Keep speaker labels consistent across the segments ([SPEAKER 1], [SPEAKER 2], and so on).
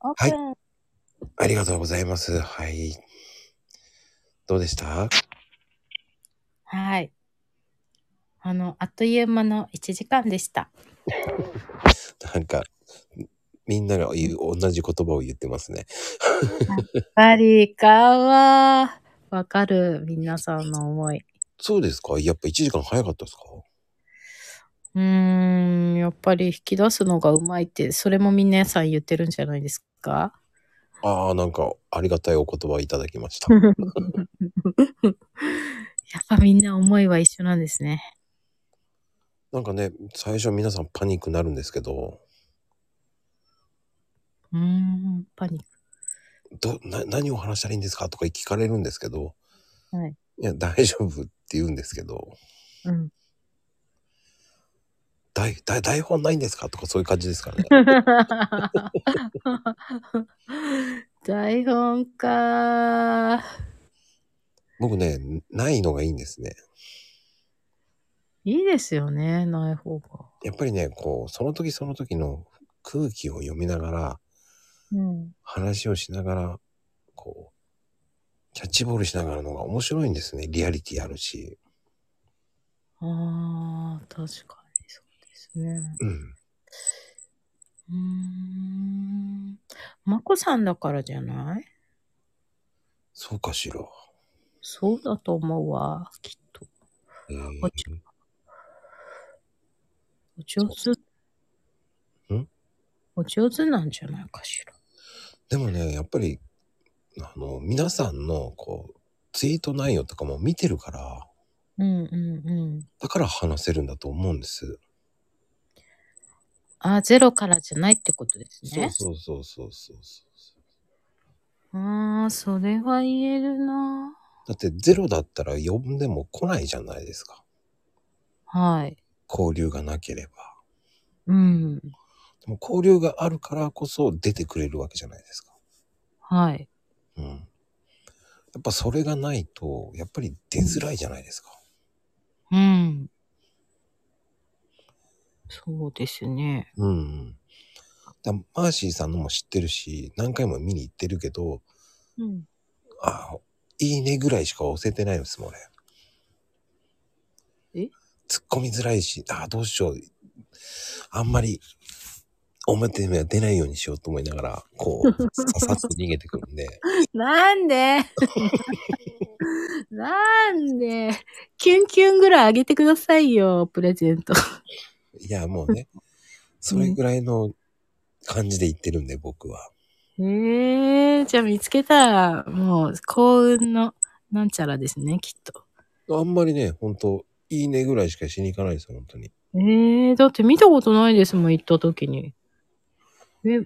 [SPEAKER 1] オー
[SPEAKER 2] はい
[SPEAKER 1] プン。
[SPEAKER 2] ありがとうございます。はい。どうでした
[SPEAKER 1] はい。あの、あっという間の1時間でした。
[SPEAKER 2] なんか、みんなが言う、同じ言葉を言ってますね。
[SPEAKER 1] バリカは、わかる、皆さんの思い。
[SPEAKER 2] そうですかやっぱ1時間早かったですか
[SPEAKER 1] うーん、やっぱり引き出すのがうまいって、それも皆さん言ってるんじゃないですか
[SPEAKER 2] ああ、なんか、ありがたいお言葉いただきま した。
[SPEAKER 1] やっぱみんな思いは一緒なんですね。
[SPEAKER 2] なんかね、最初皆さんパニックになるんですけど、
[SPEAKER 1] うーん、パニッ
[SPEAKER 2] ど、な、何を話したらいいんですかとか聞かれるんですけど、
[SPEAKER 1] ク。はい。
[SPEAKER 2] いや、大丈夫って言うんですけど、
[SPEAKER 1] うん。
[SPEAKER 2] 台、台、台本ないんですかとかそういう感じです からね。
[SPEAKER 1] 台本かー。
[SPEAKER 2] 僕ね、ないのがいいんですね。
[SPEAKER 1] いいですよね、ない方が。
[SPEAKER 2] やっぱりね、こう、その時その時の空気を読みながら、
[SPEAKER 1] うん。
[SPEAKER 2] 話をしながら、こう、キャッチボールしながらのが面白いんですね。リアリティあるし。
[SPEAKER 1] ああ、確かにそうですね。
[SPEAKER 2] うん。
[SPEAKER 1] うーん。まこさんだからじゃない
[SPEAKER 2] そうかしら。
[SPEAKER 1] そうだと思うわ、きっと。
[SPEAKER 2] えー
[SPEAKER 1] こっちお上手。
[SPEAKER 2] ん
[SPEAKER 1] お上手なんじゃないかしら。
[SPEAKER 2] でもね、やっぱり、あの、皆さんの、こう、ツイート内容とかも見てるから、
[SPEAKER 1] うんうんうん。
[SPEAKER 2] だから話せるんだと思うんです。
[SPEAKER 1] あーゼロからじゃないってことですね。
[SPEAKER 2] そうそうそうそうそうそう。
[SPEAKER 1] ああ、それは言えるな。
[SPEAKER 2] だってゼロだったら呼んでも来ないじゃないですか。
[SPEAKER 1] はい。
[SPEAKER 2] 交流がなければ。
[SPEAKER 1] うん。
[SPEAKER 2] でも交流があるからこそ出てくれるわけじゃないですか。
[SPEAKER 1] はい。
[SPEAKER 2] うん。やっぱそれがないと、やっぱり出づらいじゃないですか。
[SPEAKER 1] うん。そうですね。
[SPEAKER 2] うん、うん。だマーシーさんのも知ってるし、何回も見に行ってるけど、
[SPEAKER 1] うん。
[SPEAKER 2] ああ、いいねぐらいしか押せてないんですもん、俺。
[SPEAKER 1] え
[SPEAKER 2] 突っ込みづらいし、ああ、どうしよう。あんまり、表には出ないようにしようと思いながら、こう、ささっと逃げてくるんで、
[SPEAKER 1] なん でなんでキュンキュンぐらいあげてくださいよ、プレゼント。
[SPEAKER 2] いや、もうね、それぐらいの感じで言ってるんで、僕は。
[SPEAKER 1] ええじゃあ見つけたら、もう幸運のなんちゃらですね、きっと。
[SPEAKER 2] あんまりね、ほんと、いいねぐらいしかしに行かないですよ、本当に。
[SPEAKER 1] ええだって見たことないですもん、行った時に。え、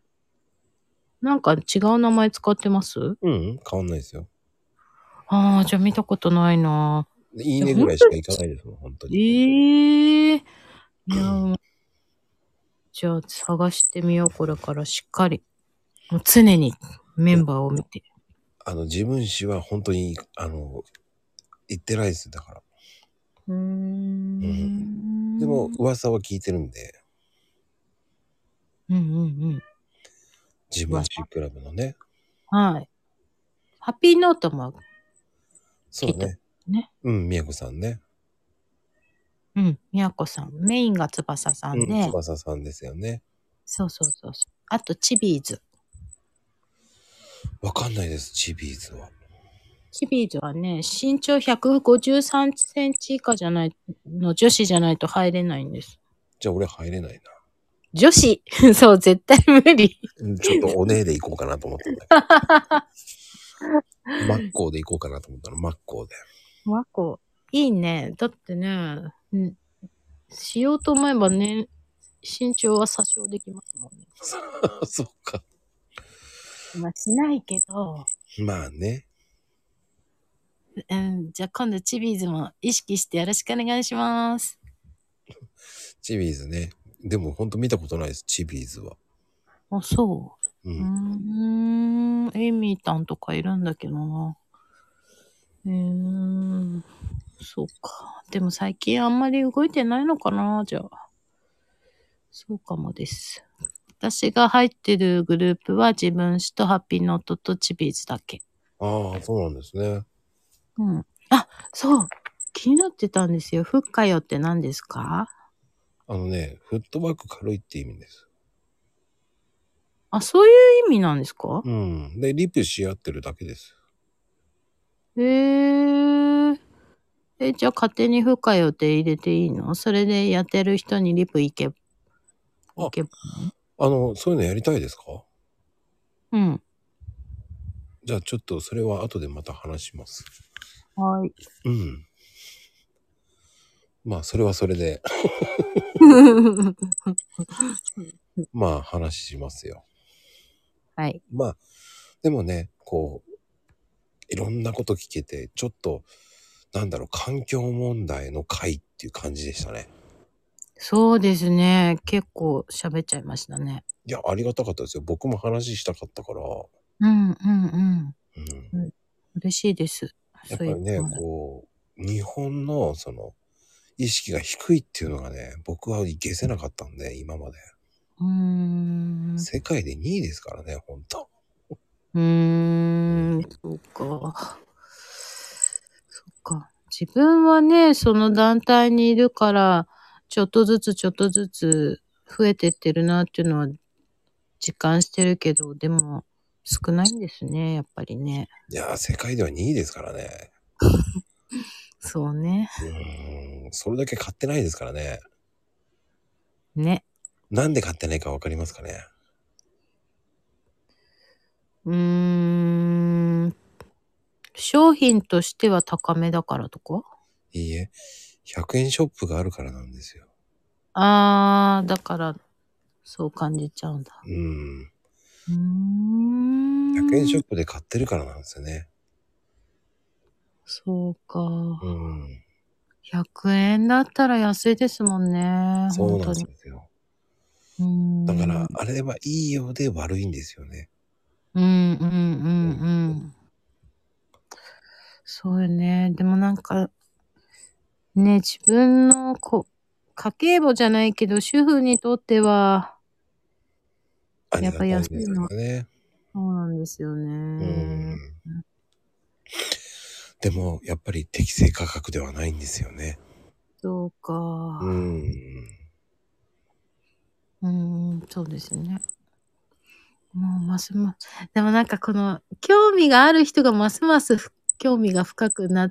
[SPEAKER 1] なんか違う名前使ってます
[SPEAKER 2] うん、うん、変わんないですよ。
[SPEAKER 1] ああ、じゃあ見たことないな
[SPEAKER 2] でいいねぐらいしか行かないですもん、本当に。
[SPEAKER 1] ええいや、じゃあ探してみよう、これからしっかり。もう常にメンバーを見て。
[SPEAKER 2] あの、自分史は本当に、あの、行ってないです、だから。
[SPEAKER 1] うーん
[SPEAKER 2] でも、噂は聞いてるんで、
[SPEAKER 1] うんうん
[SPEAKER 2] 自分史クラブのね。
[SPEAKER 1] うん。はい。ハッピーノートも、
[SPEAKER 2] そうね。
[SPEAKER 1] ね
[SPEAKER 2] うん、みやこさんね。
[SPEAKER 1] うん、みやこさん。メインが翼さ
[SPEAKER 2] うんん、
[SPEAKER 1] で、
[SPEAKER 2] 翼さんですよね。
[SPEAKER 1] そうそうそうそう。あと、チビーズ。
[SPEAKER 2] わかんないです、チビーズは。
[SPEAKER 1] チビーズはね、身長153センチ以下じゃない、の女子じゃないと入れないんです。
[SPEAKER 2] じゃあ俺入れないな。
[SPEAKER 1] 女子 そう、絶対無理。
[SPEAKER 2] うんちょっとおねえで行こうかなと思ったんだけ ど。マッコーで行こうかなと思ったの、マッコーで。
[SPEAKER 1] 和光。いいね。だってね、うんしようと思えばね、身長は詐称できますもんね。
[SPEAKER 2] そっか。
[SPEAKER 1] まあ、しないけど、
[SPEAKER 2] まあね。
[SPEAKER 1] うん、じゃあ今度チビーズも意識してよろしくお願いします。
[SPEAKER 2] チビーズね。でもほんと見たことないです、チビーズは。。
[SPEAKER 1] あ、そうう。うんーん、エイミーたんとかいるんだけどな。うーん、そうか。でも最近あんまり動いてないのかな、じゃあ。そうかもです。私が入ってるグループは自分史とハッピーノートとチビーズだけ。
[SPEAKER 2] ああ、そうなんですね。
[SPEAKER 1] うん。あ、そう。気になってたんですよ。ふっかよって何ですか
[SPEAKER 2] あのね、フットワーク軽いって意味です。
[SPEAKER 1] あ、そういう意味なんですか
[SPEAKER 2] うん。で、リプし合ってるだけです。
[SPEAKER 1] へえ。え、じゃあ勝手にふっかよって入れていいのそれでやってる人にリプいけ、いけば
[SPEAKER 2] あの、そういうのやりたいですか
[SPEAKER 1] うん。
[SPEAKER 2] じゃあちょっとそれは後でまた話します。
[SPEAKER 1] はい。
[SPEAKER 2] うん。まあ、それはそれで、 まあ話しますよ。
[SPEAKER 1] はい。
[SPEAKER 2] まあ、でもね、こう、いろんなこと聞けて、ちょっと、なんだろう、環境問題の回っていう感じでしたね。
[SPEAKER 1] そうですね。結構喋っちゃいましたね。
[SPEAKER 2] いや、ありがたかったですよ。僕も話したかったから、う
[SPEAKER 1] うんうんうん。
[SPEAKER 2] ん。
[SPEAKER 1] 嬉しいです。
[SPEAKER 2] や
[SPEAKER 1] そ
[SPEAKER 2] っぱ
[SPEAKER 1] うい
[SPEAKER 2] りね、
[SPEAKER 1] うの
[SPEAKER 2] こう、日本のその、意識が低いっていうのがね、僕は消せなかったんで、今まで。
[SPEAKER 1] うーん。
[SPEAKER 2] 世界で2位ですからね、本当
[SPEAKER 1] うーん、そうか。そっか。自分はね、その団体にいるから、ちょっとずつちょっとずつ増えてってるなっていうのは実感してるけど、でも少ないんですね、やっぱりね。
[SPEAKER 2] いやー、世界では2位ですからね。
[SPEAKER 1] そうね。
[SPEAKER 2] うーん、それだけ買ってないですからね。
[SPEAKER 1] ね。
[SPEAKER 2] なんで買ってないかわかりますかね。
[SPEAKER 1] うーん。商品としては高めだからとか
[SPEAKER 2] いいえ、100円ショップがあるからなんですよ。
[SPEAKER 1] あー、だから、そう感じちゃうんだ。
[SPEAKER 2] うーん、
[SPEAKER 1] うーん。
[SPEAKER 2] 100円ショップで買ってるからなんですよね。
[SPEAKER 1] そうか。
[SPEAKER 2] うーん、
[SPEAKER 1] 100円だったら安いですもんね。
[SPEAKER 2] そう
[SPEAKER 1] 本
[SPEAKER 2] なんで
[SPEAKER 1] 当に
[SPEAKER 2] すよ。
[SPEAKER 1] うーん
[SPEAKER 2] だから、あれはいいようで悪いんですよね。
[SPEAKER 1] うんうんうんうん。そうよね。でもなんか、ね、自分のこ家計簿じゃないけど、主婦にとっては、
[SPEAKER 2] あり
[SPEAKER 1] や
[SPEAKER 2] が
[SPEAKER 1] っぱ
[SPEAKER 2] たいですよね。
[SPEAKER 1] そうなんですよ
[SPEAKER 2] う
[SPEAKER 1] ね
[SPEAKER 2] ん。。でも、やっぱり適正価格ではないんですよね。
[SPEAKER 1] そうか。
[SPEAKER 2] うーん。
[SPEAKER 1] うーん、そうですね。もうますます。でもなんかこの、興味がある人がますますふ興味が深くな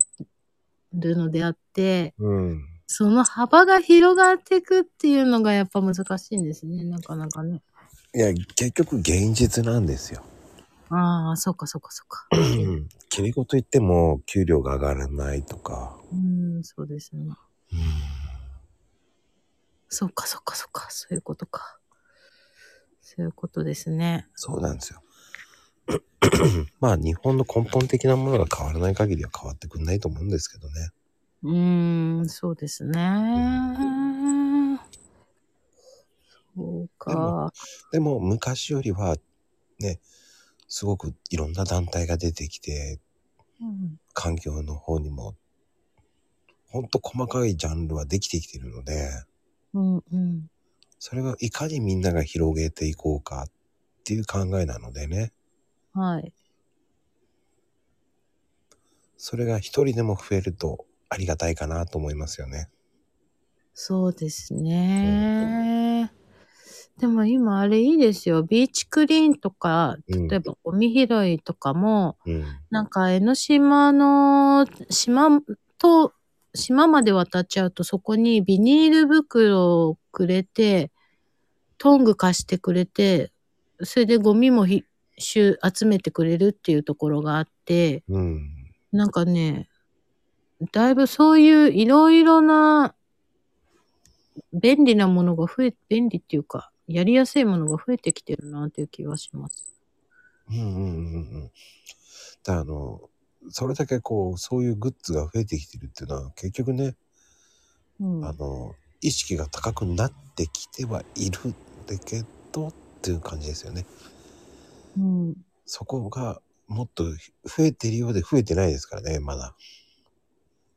[SPEAKER 1] るのであって、
[SPEAKER 2] うん。
[SPEAKER 1] その幅が広がっていくっていうのがやっぱ難しいんですね、なかなかね。
[SPEAKER 2] いや、結局現実なんですよ。
[SPEAKER 1] ああ、そうかそうかそうか。
[SPEAKER 2] うん 切り子といっても給料が上がらないとか、
[SPEAKER 1] うーん、そうですね。そうかそうかそうか、そういうことか。そういうことですね。
[SPEAKER 2] そうなんですよ まあ日本の根本的なものが変わらない限りは変わってくんないと思うんですけどね
[SPEAKER 1] うーん、そうですね。そう
[SPEAKER 2] で
[SPEAKER 1] か
[SPEAKER 2] も。でも昔よりはねすごくいろんな団体が出てきて
[SPEAKER 1] うん
[SPEAKER 2] 環境の方にもほんと細かいジャンルはできてきてるので
[SPEAKER 1] うんうん。
[SPEAKER 2] それがいかにみんなが広げていこうかっていう考えなのでね
[SPEAKER 1] はい。
[SPEAKER 2] それが一人でも増えるとありがたいかなと思いますよね
[SPEAKER 1] そうですね。でも今あれいいですよ。ビーチクリーンとか、
[SPEAKER 2] うん
[SPEAKER 1] 例えばゴミ拾いとかも、
[SPEAKER 2] うん
[SPEAKER 1] なんか江ノ島の島と、島まで渡っちゃうとそこにビニール袋をくれて、トング貸してくれて、それでゴミもひ集集めてくれるっていうところがあって、
[SPEAKER 2] うん。
[SPEAKER 1] なんかね、だいぶそういういろいろな便利なものが増え、便利っていうか、やりやすいものが増えてきてるなという気はします。
[SPEAKER 2] うんうんうんうん。だあの、それだけこう、そういうグッズが増えてきてるっていうのは、結局ね、
[SPEAKER 1] うん。
[SPEAKER 2] あの、意識が高くなってきてはいるんだけどっていう感じですよね。
[SPEAKER 1] うん、
[SPEAKER 2] そこがもっと増えてるようで増えてないですからね、まだ。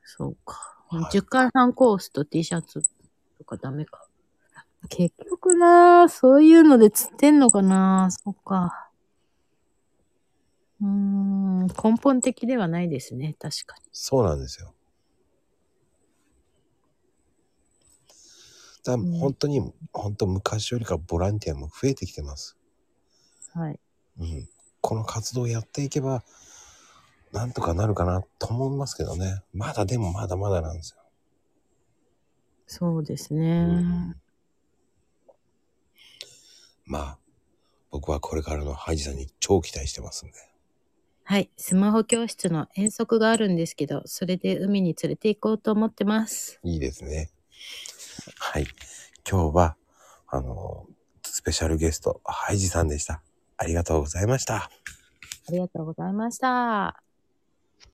[SPEAKER 1] そうか。
[SPEAKER 2] はい
[SPEAKER 1] 10回半コースと T シャツとかダメか。結局な、そういうので釣ってんのかな、そっか。うーん、根本的ではないですね、確かに。
[SPEAKER 2] そうなんですよ。だ
[SPEAKER 1] ん
[SPEAKER 2] 本当に、本当昔よりかボランティアも増えてきてます。
[SPEAKER 1] はい。
[SPEAKER 2] うん。この活動をやっていけば、なんとかなるかなと思いますけどね。まだでもまだまだなんですよ。
[SPEAKER 1] そうです
[SPEAKER 2] う
[SPEAKER 1] ね。
[SPEAKER 2] んまあ、僕はこれからのハイジさんに超期待してますんで。
[SPEAKER 1] はい。スマホ教室の遠足があるんですけど、それで海に連れて行こうと思ってます。
[SPEAKER 2] いいですね。はい。今日は、あの、スペシャルゲスト、ハイジさんでした。ありがとうございました。
[SPEAKER 1] ありがとうございました。